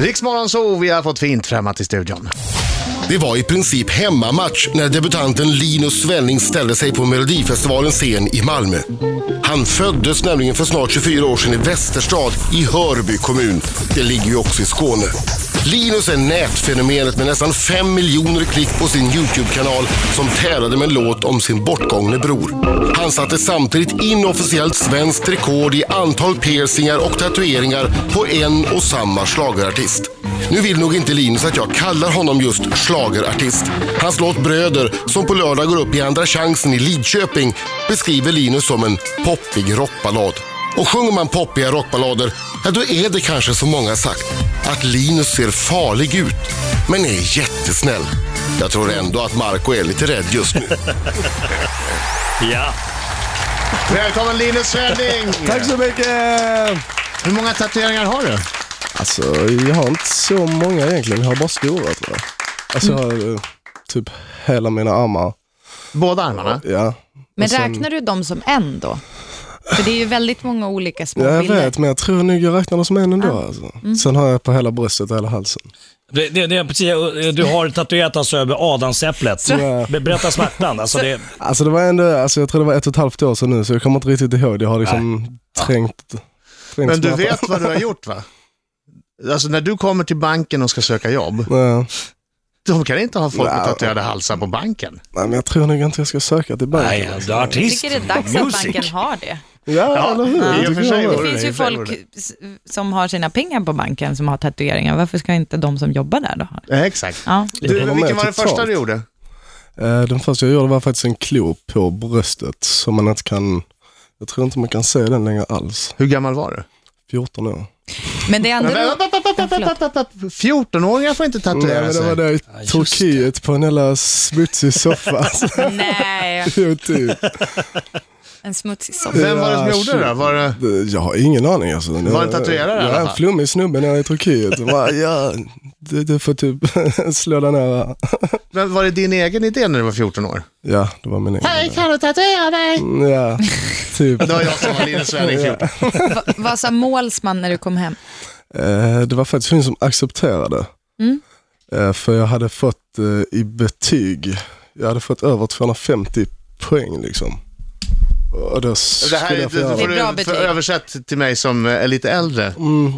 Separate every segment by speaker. Speaker 1: Riksmorgon så vi har fått fint främmat till studion.
Speaker 2: Det var i princip hemmamatch när debutanten Linus Svenning ställde sig på Melodifestivalens scen i Malmö. Han föddes nämligen för snart 24 år sedan i Västerstad i Hörby kommun. Det ligger ju också i Skåne. Linus är nätfenomenet med nästan 5 miljoner klick på sin YouTube-kanal som tävlade med en låt om sin bortgångne bror. Han satte samtidigt inofficiellt svenskt rekord i antal piercingar och tatueringar på en och samma schlagerartist. Nu vill nog inte Linus att jag kallar honom just schlagerartist. Hans låt Bröder, som på lördag går upp i Andra chansen i Lidköping, beskriver Linus som en poppig rockballad. Och sjunger man poppiga rockballader, ja då är det kanske som många sagt, att Linus ser farlig ut, men är jättesnäll. Jag tror ändå att Marco är lite rädd just nu.
Speaker 3: Ja.
Speaker 1: Välkommen Linus Svenning!
Speaker 4: Tack så mycket!
Speaker 1: Hur många tatueringar har du?
Speaker 4: Alltså, jag har inte så många egentligen. Jag har bara stora tror jag. Alltså, jag har eh, typ hela mina armar.
Speaker 1: Båda armarna?
Speaker 4: Ja.
Speaker 5: Men
Speaker 4: Och sen-
Speaker 5: räknar du dem som en då? För det är ju väldigt många olika små
Speaker 4: Ja, jag
Speaker 5: bilder.
Speaker 4: vet, men jag tror nog jag räknar dem som en ändå. Alltså. Sen har jag på hela bröstet och hela halsen.
Speaker 3: Det, det, det, är precis, du har tatuerat alltså över adamsäpplet.
Speaker 4: Ja.
Speaker 3: Be- Berätta smärtan. Alltså det,
Speaker 4: Alltså det var ändå, alltså, jag tror det var ett och ett halvt år sedan nu, så jag kommer inte riktigt ihåg. Jag har liksom trängt, trängt
Speaker 1: Men du
Speaker 4: smärtan.
Speaker 1: vet vad du har gjort va? Alltså när du kommer till banken och ska söka jobb,
Speaker 4: Ja.
Speaker 1: de kan inte ha folk med
Speaker 4: Wow.
Speaker 1: tatuerade halsar på banken.
Speaker 4: Nej, men jag tror nog inte jag ska söka till banken.
Speaker 3: nej,
Speaker 4: alltså.
Speaker 3: du är
Speaker 5: Jag
Speaker 3: artist.
Speaker 5: tycker det är dags att
Speaker 3: Music.
Speaker 5: banken har det.
Speaker 4: Ja,
Speaker 1: Ja, i och
Speaker 4: eller hur?
Speaker 1: för
Speaker 4: Tycker jag
Speaker 1: sig
Speaker 4: med.
Speaker 1: var
Speaker 5: Det finns ju
Speaker 1: det är
Speaker 5: folk s- som har sina pengar på banken som har tatueringar. Varför ska inte de som jobbar där då ha det?
Speaker 1: Ja, exakt.
Speaker 5: Ja.
Speaker 4: Jag
Speaker 1: Du,
Speaker 4: håller med
Speaker 1: vilken var den
Speaker 4: totalt.
Speaker 1: första du gjorde?
Speaker 4: Eh, Den första jag gjorde var faktiskt en klo på bröstet som man inte kan, jag tror inte man kan se den längre alls.
Speaker 1: Hur gammal var du?
Speaker 4: 14
Speaker 1: Mm.
Speaker 4: år.
Speaker 5: Men det är
Speaker 1: Men,
Speaker 5: ändå...
Speaker 1: vänta, vänta, vänta, vänta, vänta, vänta. 14-åringar får inte
Speaker 4: Nej,
Speaker 1: tatuera
Speaker 4: men det var
Speaker 1: sig.
Speaker 4: där i
Speaker 3: just
Speaker 4: Turkiet på en jävla smutsig soffa. Alltså,
Speaker 5: Nej,
Speaker 4: jo, typ.
Speaker 5: en smutsig soffa.
Speaker 1: Vem var det som
Speaker 4: Ja,
Speaker 1: gjorde det då? Var det...
Speaker 4: Det- Jag har ingen aning alltså.
Speaker 1: Var det en tatuerare i alla
Speaker 4: Jag är
Speaker 1: fall?
Speaker 4: en flummig snubbe nere i Turkiet. Och bara, ja, du, du får typ slå den här.
Speaker 1: Men var det din egen idé när du var 14 år?
Speaker 4: Ja, det var min egen. Mm,
Speaker 1: kan du tatuera mig?
Speaker 4: Ja, typ.
Speaker 1: Det var jag som var Linus Svenning 14.
Speaker 5: Va- Vad sa målsman när du kom hem?
Speaker 4: Eh, Det var faktiskt hon som accepterade.
Speaker 5: Mm.
Speaker 4: Eh, För jag hade fått eh, i betyg, jag hade fått över 250 poäng liksom. Och då
Speaker 1: Det
Speaker 4: skulle
Speaker 1: här är,
Speaker 4: jag få göra
Speaker 1: det får
Speaker 5: Det är bra
Speaker 1: du
Speaker 5: betyg.
Speaker 1: för översätt till mig som är lite äldre,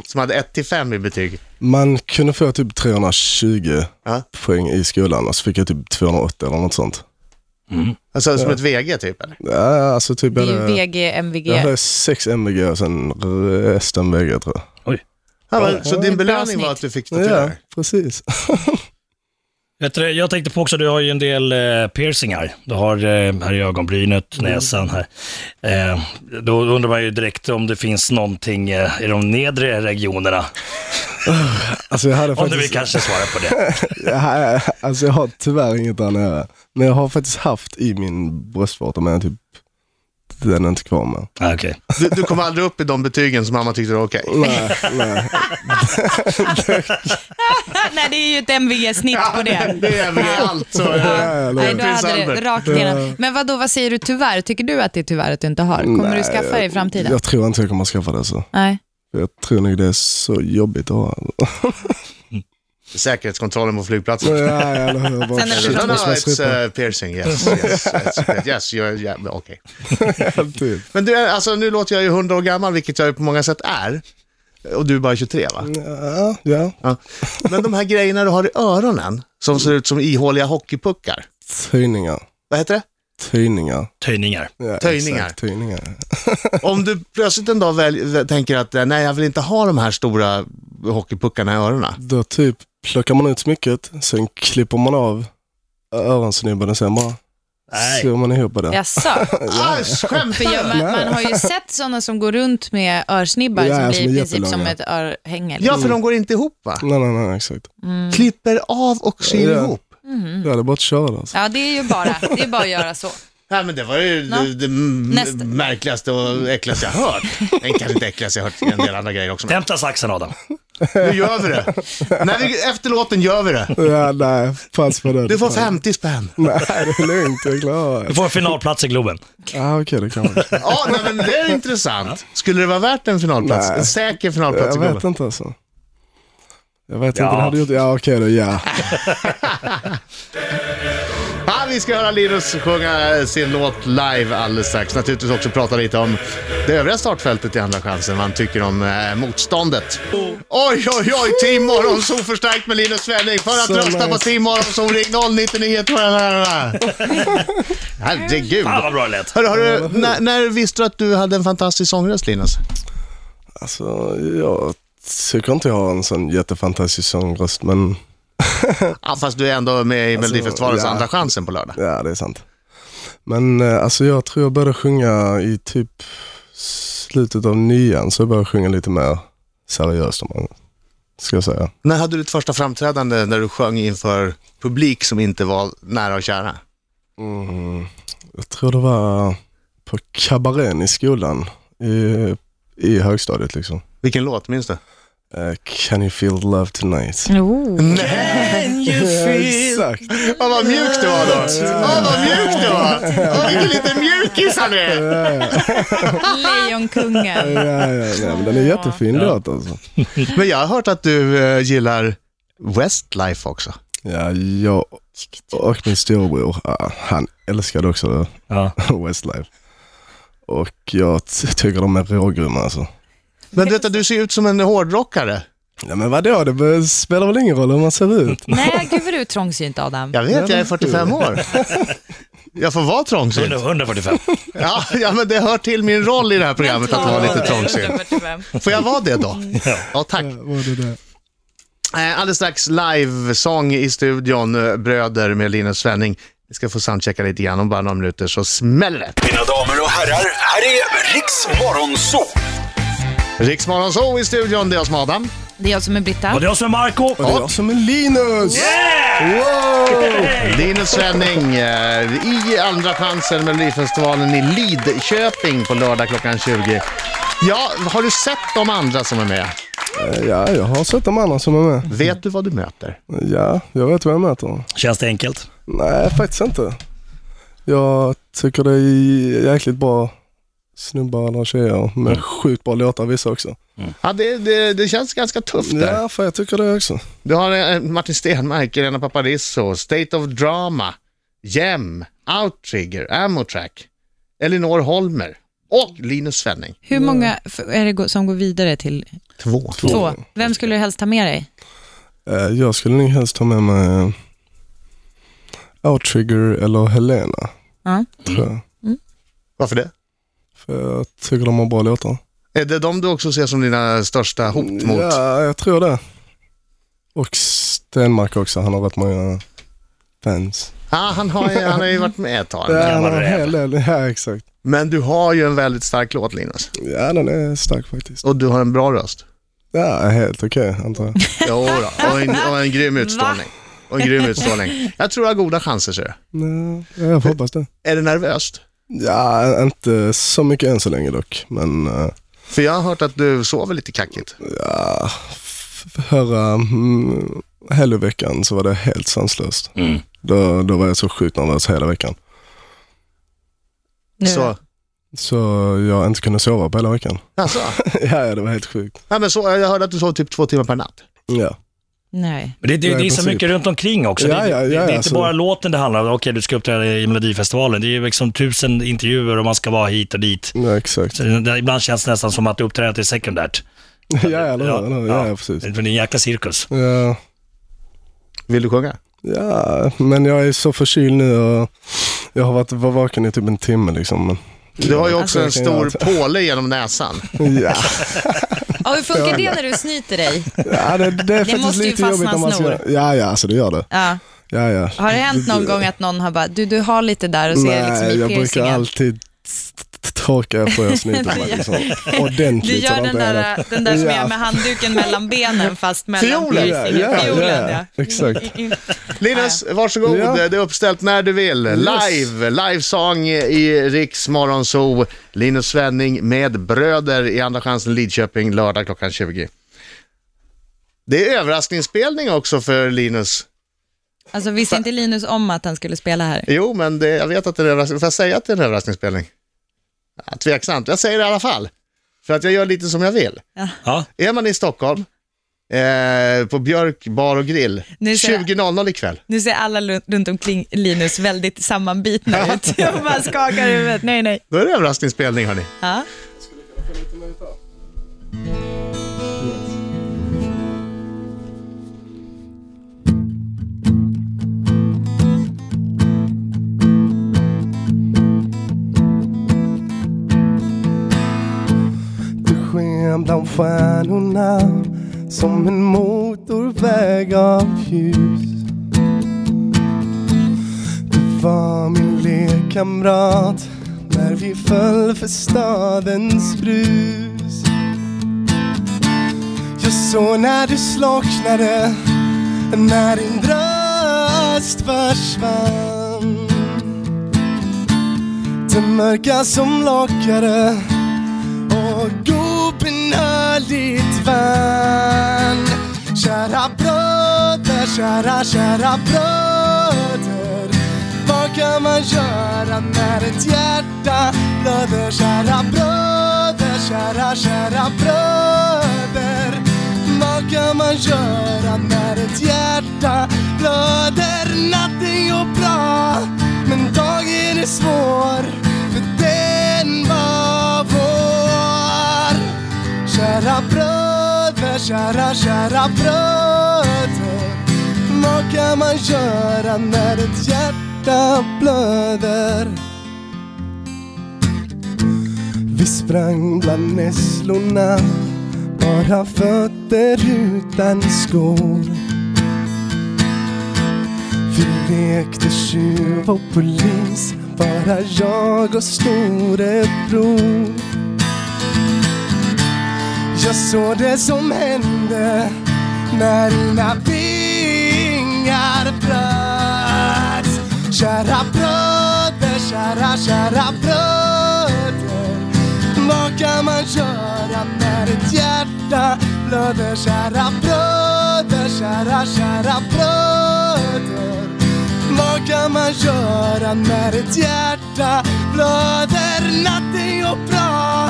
Speaker 1: som hade 1 till 5 i betyg.
Speaker 4: Man kunde få typ 320
Speaker 1: Ja.
Speaker 4: poäng i skolan och så fick jag typ 280 eller något sånt.
Speaker 1: Alltså som ett VG typ eller?
Speaker 4: Ja, alltså typ
Speaker 5: Det
Speaker 4: jag
Speaker 5: är ju
Speaker 4: hade,
Speaker 5: VG,
Speaker 4: jag
Speaker 5: MVG.
Speaker 4: hade sex MVG och sen resten VG tror jag.
Speaker 1: Ja, men, så din
Speaker 5: Ett bra
Speaker 1: belöning var
Speaker 5: snitt.
Speaker 1: att du fick
Speaker 4: Ja,
Speaker 1: tatuera?
Speaker 4: precis.
Speaker 3: Vet du, jag tänkte på också, du har ju en del eh, piercingar. Du har eh, här i ögonbrynet, näsan här. Eh, då undrar man ju direkt om det finns någonting eh, i de nedre regionerna.
Speaker 4: Alltså jag hade
Speaker 3: Om du vill
Speaker 4: faktiskt,
Speaker 3: kanske svara på det.
Speaker 4: Ja, alltså jag har tyvärr inget där nere. Men jag har faktiskt haft i min bröstvårta, men jag typ, den är inte kvar med.
Speaker 3: Ah, Okej.
Speaker 1: Du, du kom aldrig upp i de betygen som mamma tyckte var okej?
Speaker 4: Nej, nej.
Speaker 5: Nej, det är ju ett MVG-snitt på det.
Speaker 1: Det är väl allt. Så, ja.
Speaker 5: Nej, då
Speaker 1: Prins
Speaker 5: hade det
Speaker 1: Albert.
Speaker 5: rakt igenom. Men vad då, vad säger du tyvärr? Tycker du att det är tyvärr att du inte har? Kommer du
Speaker 4: Nej,
Speaker 5: skaffa det i framtiden?
Speaker 4: Jag tror inte jag kommer att skaffa det så.
Speaker 5: Nej.
Speaker 4: Jag tror nog det är så jobbigt att ha.
Speaker 1: Säkerhetskontrollen på
Speaker 4: Ja,
Speaker 1: flygplatsen.
Speaker 4: eller hur? Bara,
Speaker 5: Sen är det
Speaker 4: shit,
Speaker 1: No, no,
Speaker 4: måste man
Speaker 1: it's
Speaker 4: slippa?
Speaker 1: uh, piercing, yes. Yes, yes, yes you're, yeah, okej.
Speaker 4: Typ.
Speaker 1: Men du, är- alltså, nu låter jag ju 100 år gammal, vilket jag ju på många sätt är. Och du är bara 23 va?
Speaker 4: Ja, ja.
Speaker 1: Ja. Men de här grejerna du har i öronen, som ser ut som ihåliga hockeypuckar.
Speaker 4: Töjningar.
Speaker 1: Vad heter det?
Speaker 4: Töjningar.
Speaker 3: Töjningar.
Speaker 4: Ja,
Speaker 1: Töjningar.
Speaker 4: exakt, Töjningar.
Speaker 1: Om du plötsligt en dag väl, vä- tänker att eh, nej, jag vill inte ha de här stora hockeypuckarna i öronen.
Speaker 4: Då typ plockar man ut smycket, sen klipper man av öronsnibben och sen bara
Speaker 3: Nej.
Speaker 4: syr man ihop det.
Speaker 5: Jaså?
Speaker 1: Ah, skämt!
Speaker 5: För jag, man, man har ju sett sådana som går runt med örsnibbar
Speaker 4: Ja,
Speaker 5: som blir
Speaker 4: som
Speaker 5: i
Speaker 4: är
Speaker 5: princip som
Speaker 4: jättelånga.
Speaker 5: ett örhänge.
Speaker 1: Ja, för de går inte ihop va?
Speaker 4: Nej, nej, nej, exakt.
Speaker 5: Mm.
Speaker 1: Klipper av och syr
Speaker 4: Ja.
Speaker 1: ihop.
Speaker 4: Ja, det är bara att köra alltså.
Speaker 5: Ja, det är ju bara, det är bara att göra så.
Speaker 1: Nej, men det var ju
Speaker 5: Ja.
Speaker 1: det, det m-
Speaker 5: Nästa.
Speaker 1: märkligaste och äckligaste jag hört. Nej, kanske inte äckligaste jag hört, en del andra grejer också. Men
Speaker 3: Hämta saxen Adam.
Speaker 1: nu gör vi det. När vi, efter låten gör vi det.
Speaker 4: Ja, nej, pass på det.
Speaker 1: Du får 50 spänn.
Speaker 4: Nej, det är lugnt. Jag klarar
Speaker 3: Du
Speaker 4: det.
Speaker 3: får en finalplats i Globen.
Speaker 4: Ah, Okej, det kan man.
Speaker 1: Ja, nej, men det är intressant. Skulle det vara värt en finalplats?
Speaker 4: Nej.
Speaker 1: En säker finalplats i
Speaker 4: Jag vet
Speaker 1: Globen?
Speaker 4: inte alltså. Jag vet
Speaker 3: Ja.
Speaker 4: inte, det hade gjort... Ja, okej då, ja.
Speaker 1: Ja, vi ska höra Linus sjunga sin låt live alldeles strax. Naturligtvis också prata lite om det övriga startfältet i Andra chansen, vad han tycker om eh, motståndet. Oj, oj, oj! Team Morgonzoo förstärkt med Linus Svenning. För att
Speaker 4: Så
Speaker 1: rösta på
Speaker 4: nice.
Speaker 1: Team Morgonzoo, ring 099 Herregud!
Speaker 3: Fan vad bra det lät.
Speaker 1: Hörru, hörru, när, när visste du att du hade en fantastisk sångröst, Linus?
Speaker 4: Alltså, jag tycker inte jag har en sån jättefantastisk sångröst, men
Speaker 1: Ja, fast du är ändå med i Melodifestivalens
Speaker 4: Alltså, ja.
Speaker 1: Andra chansen på lördag.
Speaker 4: ja, det är sant. Men eh, alltså jag tror jag började sjunga i typ slutet av nian, så jag började sjunga lite mer seriöst om man ska säga.
Speaker 1: När hade du ditt första framträdande när du sjöng inför publik som inte var nära och kära?
Speaker 4: Mm. Jag tror det var på kabarén i skolan, i, i högstadiet liksom.
Speaker 1: Vilken låt, minns du?
Speaker 4: Eh, can you feel love tonight?
Speaker 5: Oh.
Speaker 4: Ja, Exakt.
Speaker 1: Ja, vad mjuk du var då. Ja, vad mjuk du var. Ja, vilken liten mjukis han är.
Speaker 5: Lejonkungen.
Speaker 4: Ja, ja, ja, men den är jättefin låt alltså.
Speaker 1: Men jag har hört att du eh, gillar Westlife också.
Speaker 4: Ja, jag och min storebror, ah, han älskade också
Speaker 3: Ja.
Speaker 4: Westlife. Och jag t- tycker de är rågrymma alltså.
Speaker 1: Men du vet att du ser ut som en hårdrockare.
Speaker 4: Ja, men vadå, det be- spelar väl ingen roll hur man ser ut?
Speaker 5: Nej, gud vad du är trångsynt Adam.
Speaker 1: Jag vet, jag är 45 år. Jag får vara trångsynt.
Speaker 3: 145.
Speaker 1: Ja, ja, men det hör till min roll i det här programmet att vara lite trångsynt. Får jag vara det då? Ja, tack.
Speaker 4: Vad är det?
Speaker 1: Eh, Alldeles strax livesång i studion, eh, Bröder med Linus Svenning. Vi ska få soundchecka lite grann om bara några minuter så smäller det.
Speaker 6: Mina damer och herrar, här är Riks Morgonzoo!
Speaker 1: Riksmorgon så i studion, det är jag som är Adam.
Speaker 5: Det är jag som är Britta.
Speaker 3: Och det är jag som är Marco.
Speaker 4: Och det är jag som är Linus!
Speaker 1: Linus Svenning eh, i Andra chansen Melodifestivalen i Lidköping på lördag klockan 20. Ja, har du sett de andra som är med?
Speaker 4: Eh, Ja, jag har sett de andra som är med.
Speaker 1: Vet du vad du möter?
Speaker 4: Ja, jag vet vad jag möter.
Speaker 3: Känns det enkelt?
Speaker 4: Nej, faktiskt inte. Jag tycker det är jäkligt bra snubbar och tjejer med sjukt bra låtar vissa också.
Speaker 1: Ja, det, det, det känns ganska tufft där.
Speaker 4: Ja, för jag tycker det också.
Speaker 1: Du har eh, Martin Stenmark, Elena Paparizou, State of Drama, Jem, Outrigger, Amotrack, Elinor Holmer och Linus Svenning.
Speaker 5: Hur många f- är det gå- som går vidare till
Speaker 1: Två.
Speaker 5: två? Vem skulle du helst ta med dig?
Speaker 4: Eh, Jag skulle nog helst ta med mig eh, Outrigger eller Helena.
Speaker 5: Ja.
Speaker 4: Tror jag.
Speaker 1: Varför det?
Speaker 4: För jag tycker de har bra låtar.
Speaker 1: Är det de du också ser som dina största hot mot?
Speaker 4: Ja, jag tror det. Och Stenmark också, han har rätt många fans.
Speaker 1: Ja, han, har ju, han har ju varit med ett tag.
Speaker 4: Ja, han
Speaker 3: gammal
Speaker 4: har en
Speaker 3: räv.
Speaker 4: hel del. Ja, exakt.
Speaker 1: Men du har ju en väldigt stark låt Linus.
Speaker 4: Ja, den är stark faktiskt.
Speaker 1: Och du har en bra röst.
Speaker 4: Ja, helt okej antar jag.
Speaker 1: Jo då. Och, en, och en grym utstrålning. Och en grym utstrålning. Jag tror jag har goda chanser ser du.
Speaker 4: Nej, ja, jag hoppas det.
Speaker 1: Är det nervöst?
Speaker 4: Ja, inte så mycket än så länge dock, men eh,
Speaker 1: För jag har hört att du sover lite kackigt.
Speaker 4: ja, f- förra mm, helgveckan så var det helt sanslöst.
Speaker 3: Mm.
Speaker 4: Då, då var jag så sjukt nervös hela veckan.
Speaker 5: Nu?
Speaker 1: Så,
Speaker 4: Så jag inte kunde sova på hela veckan.
Speaker 1: alltså.
Speaker 4: ja, ja, det var helt sjukt.
Speaker 1: Ja, men så, jag hörde att du sov typ två timmar per natt.
Speaker 4: Ja,
Speaker 5: Nej.
Speaker 3: Men Det, det,
Speaker 4: Ja, i
Speaker 3: det är så
Speaker 4: princip.
Speaker 3: mycket runt omkring också.
Speaker 4: Ja,
Speaker 3: det,
Speaker 4: ja, ja,
Speaker 3: det, det är inte
Speaker 4: alltså.
Speaker 3: bara låten det handlar om. Okej, du ska uppträda i Melodifestivalen. Det är ju liksom tusen intervjuer och man ska vara hit och dit.
Speaker 4: ja exakt.
Speaker 3: Så det, det, ibland känns det nästan som att uppträdandet är sekundärt.
Speaker 4: ja, eller hur? eller hur? Ja, ja,
Speaker 3: Det
Speaker 4: precis.
Speaker 3: är en jäkla cirkus.
Speaker 4: Ja,
Speaker 1: Vill du sjunga?
Speaker 4: ja, men jag är så förkyld nu och jag har varit var vaken i typ en timme liksom. Men,
Speaker 1: Du har ju också en
Speaker 4: Alltså, jag kan
Speaker 1: stor
Speaker 4: göra
Speaker 1: påle genom näsan.
Speaker 4: ja,
Speaker 5: Ja, hur funkar det när du snyter dig?
Speaker 4: ja det, det är faktiskt
Speaker 5: måste ju
Speaker 4: lite jobbigt
Speaker 5: fastna
Speaker 4: när man
Speaker 5: snor.
Speaker 4: ska... Ja, ja, alltså det gör det.
Speaker 5: Ja.
Speaker 4: Ja, ja.
Speaker 5: Har det hänt någon gång att någon har bara, du, du har lite där och ser liksom
Speaker 4: Nej,
Speaker 5: i
Speaker 4: jag brukar
Speaker 5: piercingen?
Speaker 4: alltid t- t- torka efter jag snyter mig liksom. Ordentligt.
Speaker 5: Du
Speaker 4: så
Speaker 5: gör
Speaker 4: det
Speaker 5: den
Speaker 4: inte är
Speaker 5: där,
Speaker 4: något.
Speaker 5: den där som
Speaker 4: Ja.
Speaker 5: är med handduken mellan benen fast mellan
Speaker 1: Fiolen.
Speaker 5: piercingen. äh, Fiolen, ja.
Speaker 4: Exakt.
Speaker 1: Linus, varsågod.
Speaker 4: Ja.
Speaker 1: Det är uppställt när du vill. Live, livesång i Riks Morgonzoo. Linus Svenning med Bröder i Andra chansen Lidköping lördag klockan 20. Det är överraskningsspelning också för Linus.
Speaker 5: Alltså visste inte Linus om att han skulle spela här?
Speaker 1: Jo, men det, jag vet att det är en överraskning. Får jag säga att det är en överraskningsspelning? Ja, tveksamt. Jag säger det i alla fall. För att jag gör lite som jag vill.
Speaker 3: Ja.
Speaker 1: Är man i Stockholm, eh, på Björk bar och grill.
Speaker 5: Nu ser jag-
Speaker 1: 20.00 ikväll.
Speaker 5: Nu ser alla lu- runt omkring Linus väldigt sammanbitna ut. Och man skakar huvudet. Nej, nej.
Speaker 1: Då är det överraskningsspelning hörni.
Speaker 5: Ja.
Speaker 4: Det sken bland stjärnorna som en motorväg av ljus. Det var min lekkamrat när vi föll för stadens brus. Jag såg när du slocknade, när din röst försvann. Det mörka som lockade och gubben hörligt vann. Kära bröder, kära, kära bröder. Vad kan man göra när ett hjärta blöder? Kära bröder, kära, kära bröder. Vad kan man göra när ett hjärta blöder? Natten går bra, men dagen är svår. För den var vår. Kära bröder, kära, kära bröder. Vad kan man göra när ett hjärta blöder? Vi sprang bland nässlorna, bara fötter utan skor. Vi lekte tjuv och polis, bara jag och storebror. Jag såg det som hände när dina vingar bröts. Kära bröder, kära, kära bröder. Vad kan man göra när ett hjärta blöder? Kära bröder, kära, kära bröder. Vad kan man göra när ett hjärta blöder? Natten går bra,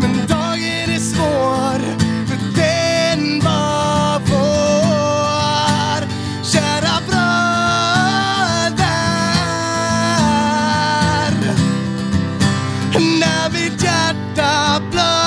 Speaker 4: men dagen är svår. För den var vår. Kära bröder. När mitt hjärta blöder.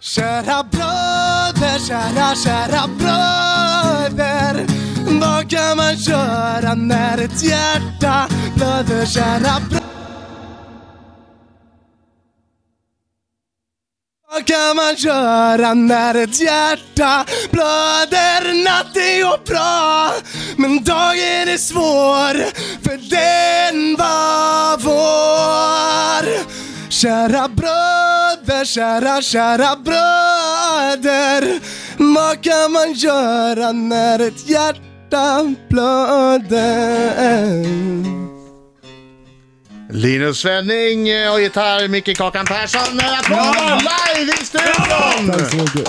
Speaker 4: Kära bröder, kära, kära bröder Vad kan man göra när ett hjärta blöder? Kära bröder Vad kan man göra när ett hjärta blöder? Natten går bra, men dagen är svår För den var vår Kära bröder, kära, kära bröder Vad kan man göra när ett hjärta blöder?
Speaker 1: Linus Svenning eh, och gitarr, Micke Kakan Persson. Eh, Applåder live i studion!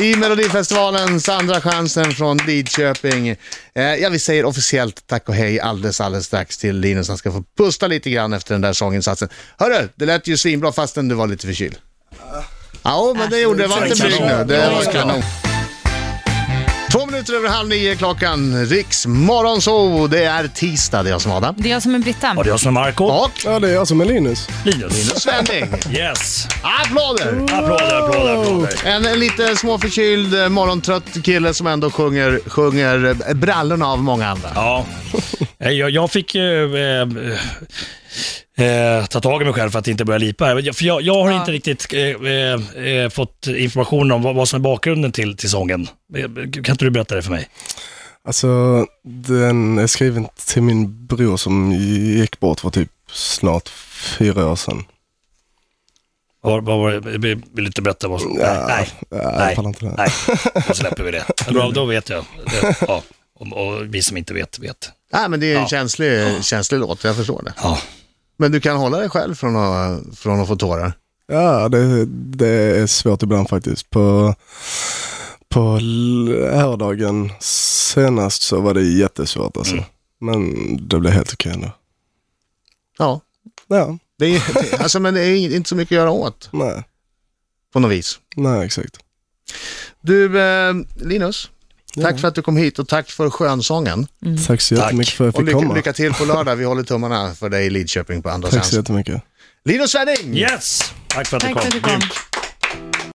Speaker 1: I Melodifestivalens andra chansen från Lidköping. Eh, ja, vi säger officiellt tack och hej alldeles, alldeles strax till Linus. Han ska få pusta lite grann efter den där sånginsatsen. Hörru, det lät ju svinbra fastän du var lite förkyld. Ja, men det gjorde det. Var inte blyg nu. Det var kanon. Två minuter över halv nio klockan. Riks morgonzoo. Det är tisdag. Det är jag som är Adam.
Speaker 5: Det är jag som är Britta.
Speaker 3: Och det är jag som är Marco.
Speaker 1: Och
Speaker 4: Ja, det är jag som är Linus.
Speaker 3: Linus.
Speaker 1: Svenning.
Speaker 3: Yes.
Speaker 1: Applåder!
Speaker 3: Applåder, applåder, applåder.
Speaker 1: Ah, En lite småförkyld, eh, morgontrött kille som ändå sjunger, sjunger eh, brallorna av många andra.
Speaker 3: Ja, Nej, jag, jag fick ju eh, eh, ta tag i mig själv för att inte börja lipa. här. Jag- För jag, jag har
Speaker 5: Ja.
Speaker 3: inte riktigt eh, eh, eh, fått information om vad, vad som är bakgrunden till, till sången. Eh, Kan inte du berätta det för mig?
Speaker 4: Alltså, den är skriven till min bror som gick bort för typ snart fyra år sedan.
Speaker 3: Vad, vad var det? Vill vill du inte berätta vad som...
Speaker 4: Ja,
Speaker 3: nej,
Speaker 4: ja,
Speaker 3: nej,
Speaker 4: jag
Speaker 3: nej,
Speaker 4: pallar inte det.
Speaker 3: nej. Då släpper vi det. Då, då vet jag. Det, ja. och, och vi som inte vet, vet.
Speaker 1: Nej, men det är en
Speaker 3: Ja.
Speaker 1: känslig, känslig låt, jag förstår det.
Speaker 3: Ja.
Speaker 1: Men du kan hålla dig själv från att, från att få tårar.
Speaker 4: Ja, det, det är svårt ibland faktiskt. På, På lördagen senast så var det jättesvårt alltså.
Speaker 1: Mm.
Speaker 4: Men det blev helt okej ändå.
Speaker 1: Ja,
Speaker 4: Ja,
Speaker 1: det är, det, alltså, men det är ing- inte så mycket att göra åt
Speaker 4: nej,
Speaker 1: på något vis.
Speaker 4: nej exakt.
Speaker 1: Du, eh, Linus, tack för att du kom hit och tack för skönsången.
Speaker 4: Tack så jättemycket för att
Speaker 1: Och
Speaker 4: jag fick
Speaker 1: lycka,
Speaker 4: komma.
Speaker 1: lycka till på lördag. Vi håller tummarna för dig i Lidköping på andra
Speaker 4: Tack så
Speaker 1: sidan.
Speaker 4: jättemycket.
Speaker 1: Linus Svenning!
Speaker 3: Yes! Tack för att du
Speaker 5: Mm. Tack för
Speaker 3: kom.
Speaker 5: att du kom.
Speaker 3: Grymt.